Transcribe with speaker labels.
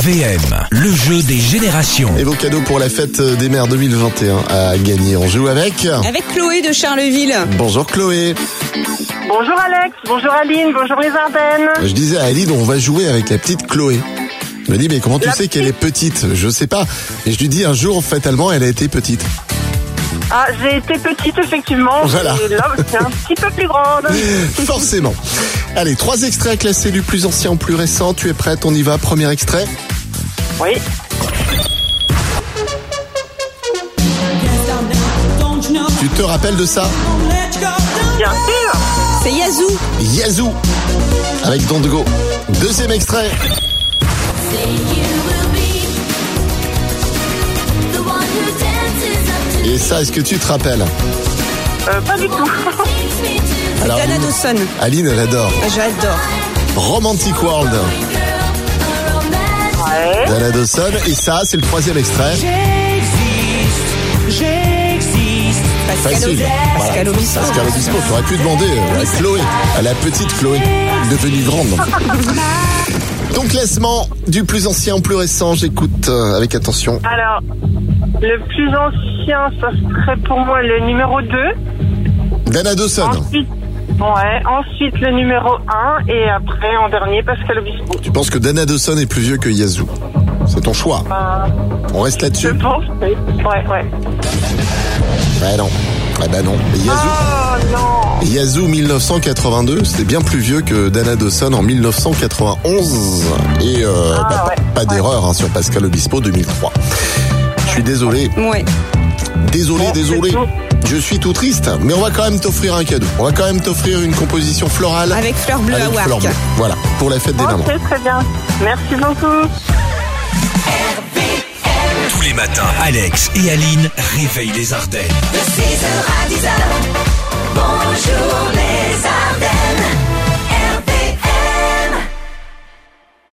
Speaker 1: RVM, le jeu des générations.
Speaker 2: Et vos cadeaux pour la fête des mères 2021 à gagner. On joue avec.
Speaker 3: Avec Chloé de Charleville.
Speaker 2: Bonjour Chloé.
Speaker 4: Bonjour Alex, bonjour Aline, bonjour les Ardennes.
Speaker 2: Je disais à Aline, on va jouer avec la petite Chloé. Je me dis, mais comment tu sais qu'elle est petite Je sais pas. Et je lui dis, un jour, fatalement, elle a été petite.
Speaker 4: Ah, j'ai été petite effectivement.
Speaker 2: Voilà.
Speaker 4: Et là, c'est un petit peu plus grande.
Speaker 2: Forcément. Allez, trois extraits classés du plus ancien au plus récent. Tu es prête On y va. Premier extrait.
Speaker 4: Oui.
Speaker 2: Tu te rappelles de ça
Speaker 4: Bien sûr.
Speaker 3: C'est Yazoo.
Speaker 2: Yazoo avec Don De Go. Deuxième extrait. Et ça, est-ce que tu te rappelles
Speaker 4: Euh, pas du tout.
Speaker 2: Alors,
Speaker 3: Dana Dawson.
Speaker 2: Aline, elle adore.
Speaker 3: Ah, J'adore.
Speaker 2: Romantic World,
Speaker 4: Ouais.
Speaker 2: Dana Dawson. Et ça, c'est le troisième extrait.
Speaker 3: Pascal
Speaker 2: Facile.
Speaker 3: Obispo.
Speaker 2: Voilà.
Speaker 3: Pascal Obispo.
Speaker 2: Pascal Obispo. T'aurais pu demander euh, à Chloé, à la petite Chloé, devenue grande. Ton classement du plus ancien au plus récent, j'écoute euh, avec attention.
Speaker 4: Alors, le plus ancien, ça serait pour moi le numéro 2.
Speaker 2: Dana Dawson.
Speaker 4: Ensuite, ouais. Ensuite, le numéro 1. Et après, en dernier, Pascal Obispo.
Speaker 2: Tu penses que Dana Dawson est plus vieux que Yazoo C'est ton choix.
Speaker 4: Euh,
Speaker 2: On reste
Speaker 4: je
Speaker 2: là-dessus
Speaker 4: pense, oui. Ouais, ouais.
Speaker 2: Ah non. Ah bah non. Mais Yazoo.
Speaker 4: Oh non.
Speaker 2: Yazoo 1982, c'était bien plus vieux que Dana Dawson en 1991. Et euh,
Speaker 4: Ah,
Speaker 2: bah,
Speaker 4: ouais.
Speaker 2: pas d'erreur hein, sur Pascal Obispo 2003. Je suis désolé,
Speaker 3: Ouais.
Speaker 2: désolé,
Speaker 4: Bon,
Speaker 2: désolé.
Speaker 4: c'est tout.
Speaker 2: Je suis tout triste, mais on va quand même t'offrir un cadeau. On va quand même t'offrir une composition florale
Speaker 3: Avec Fleur Bleue
Speaker 2: avec
Speaker 3: à
Speaker 2: fleurs
Speaker 3: Wark.
Speaker 2: bleues. Voilà, pour la fête des mamans.
Speaker 4: Ok, très bien. Merci beaucoup.
Speaker 1: Tous les matins, Alex et Aline réveillent les Ardennes.
Speaker 5: The season.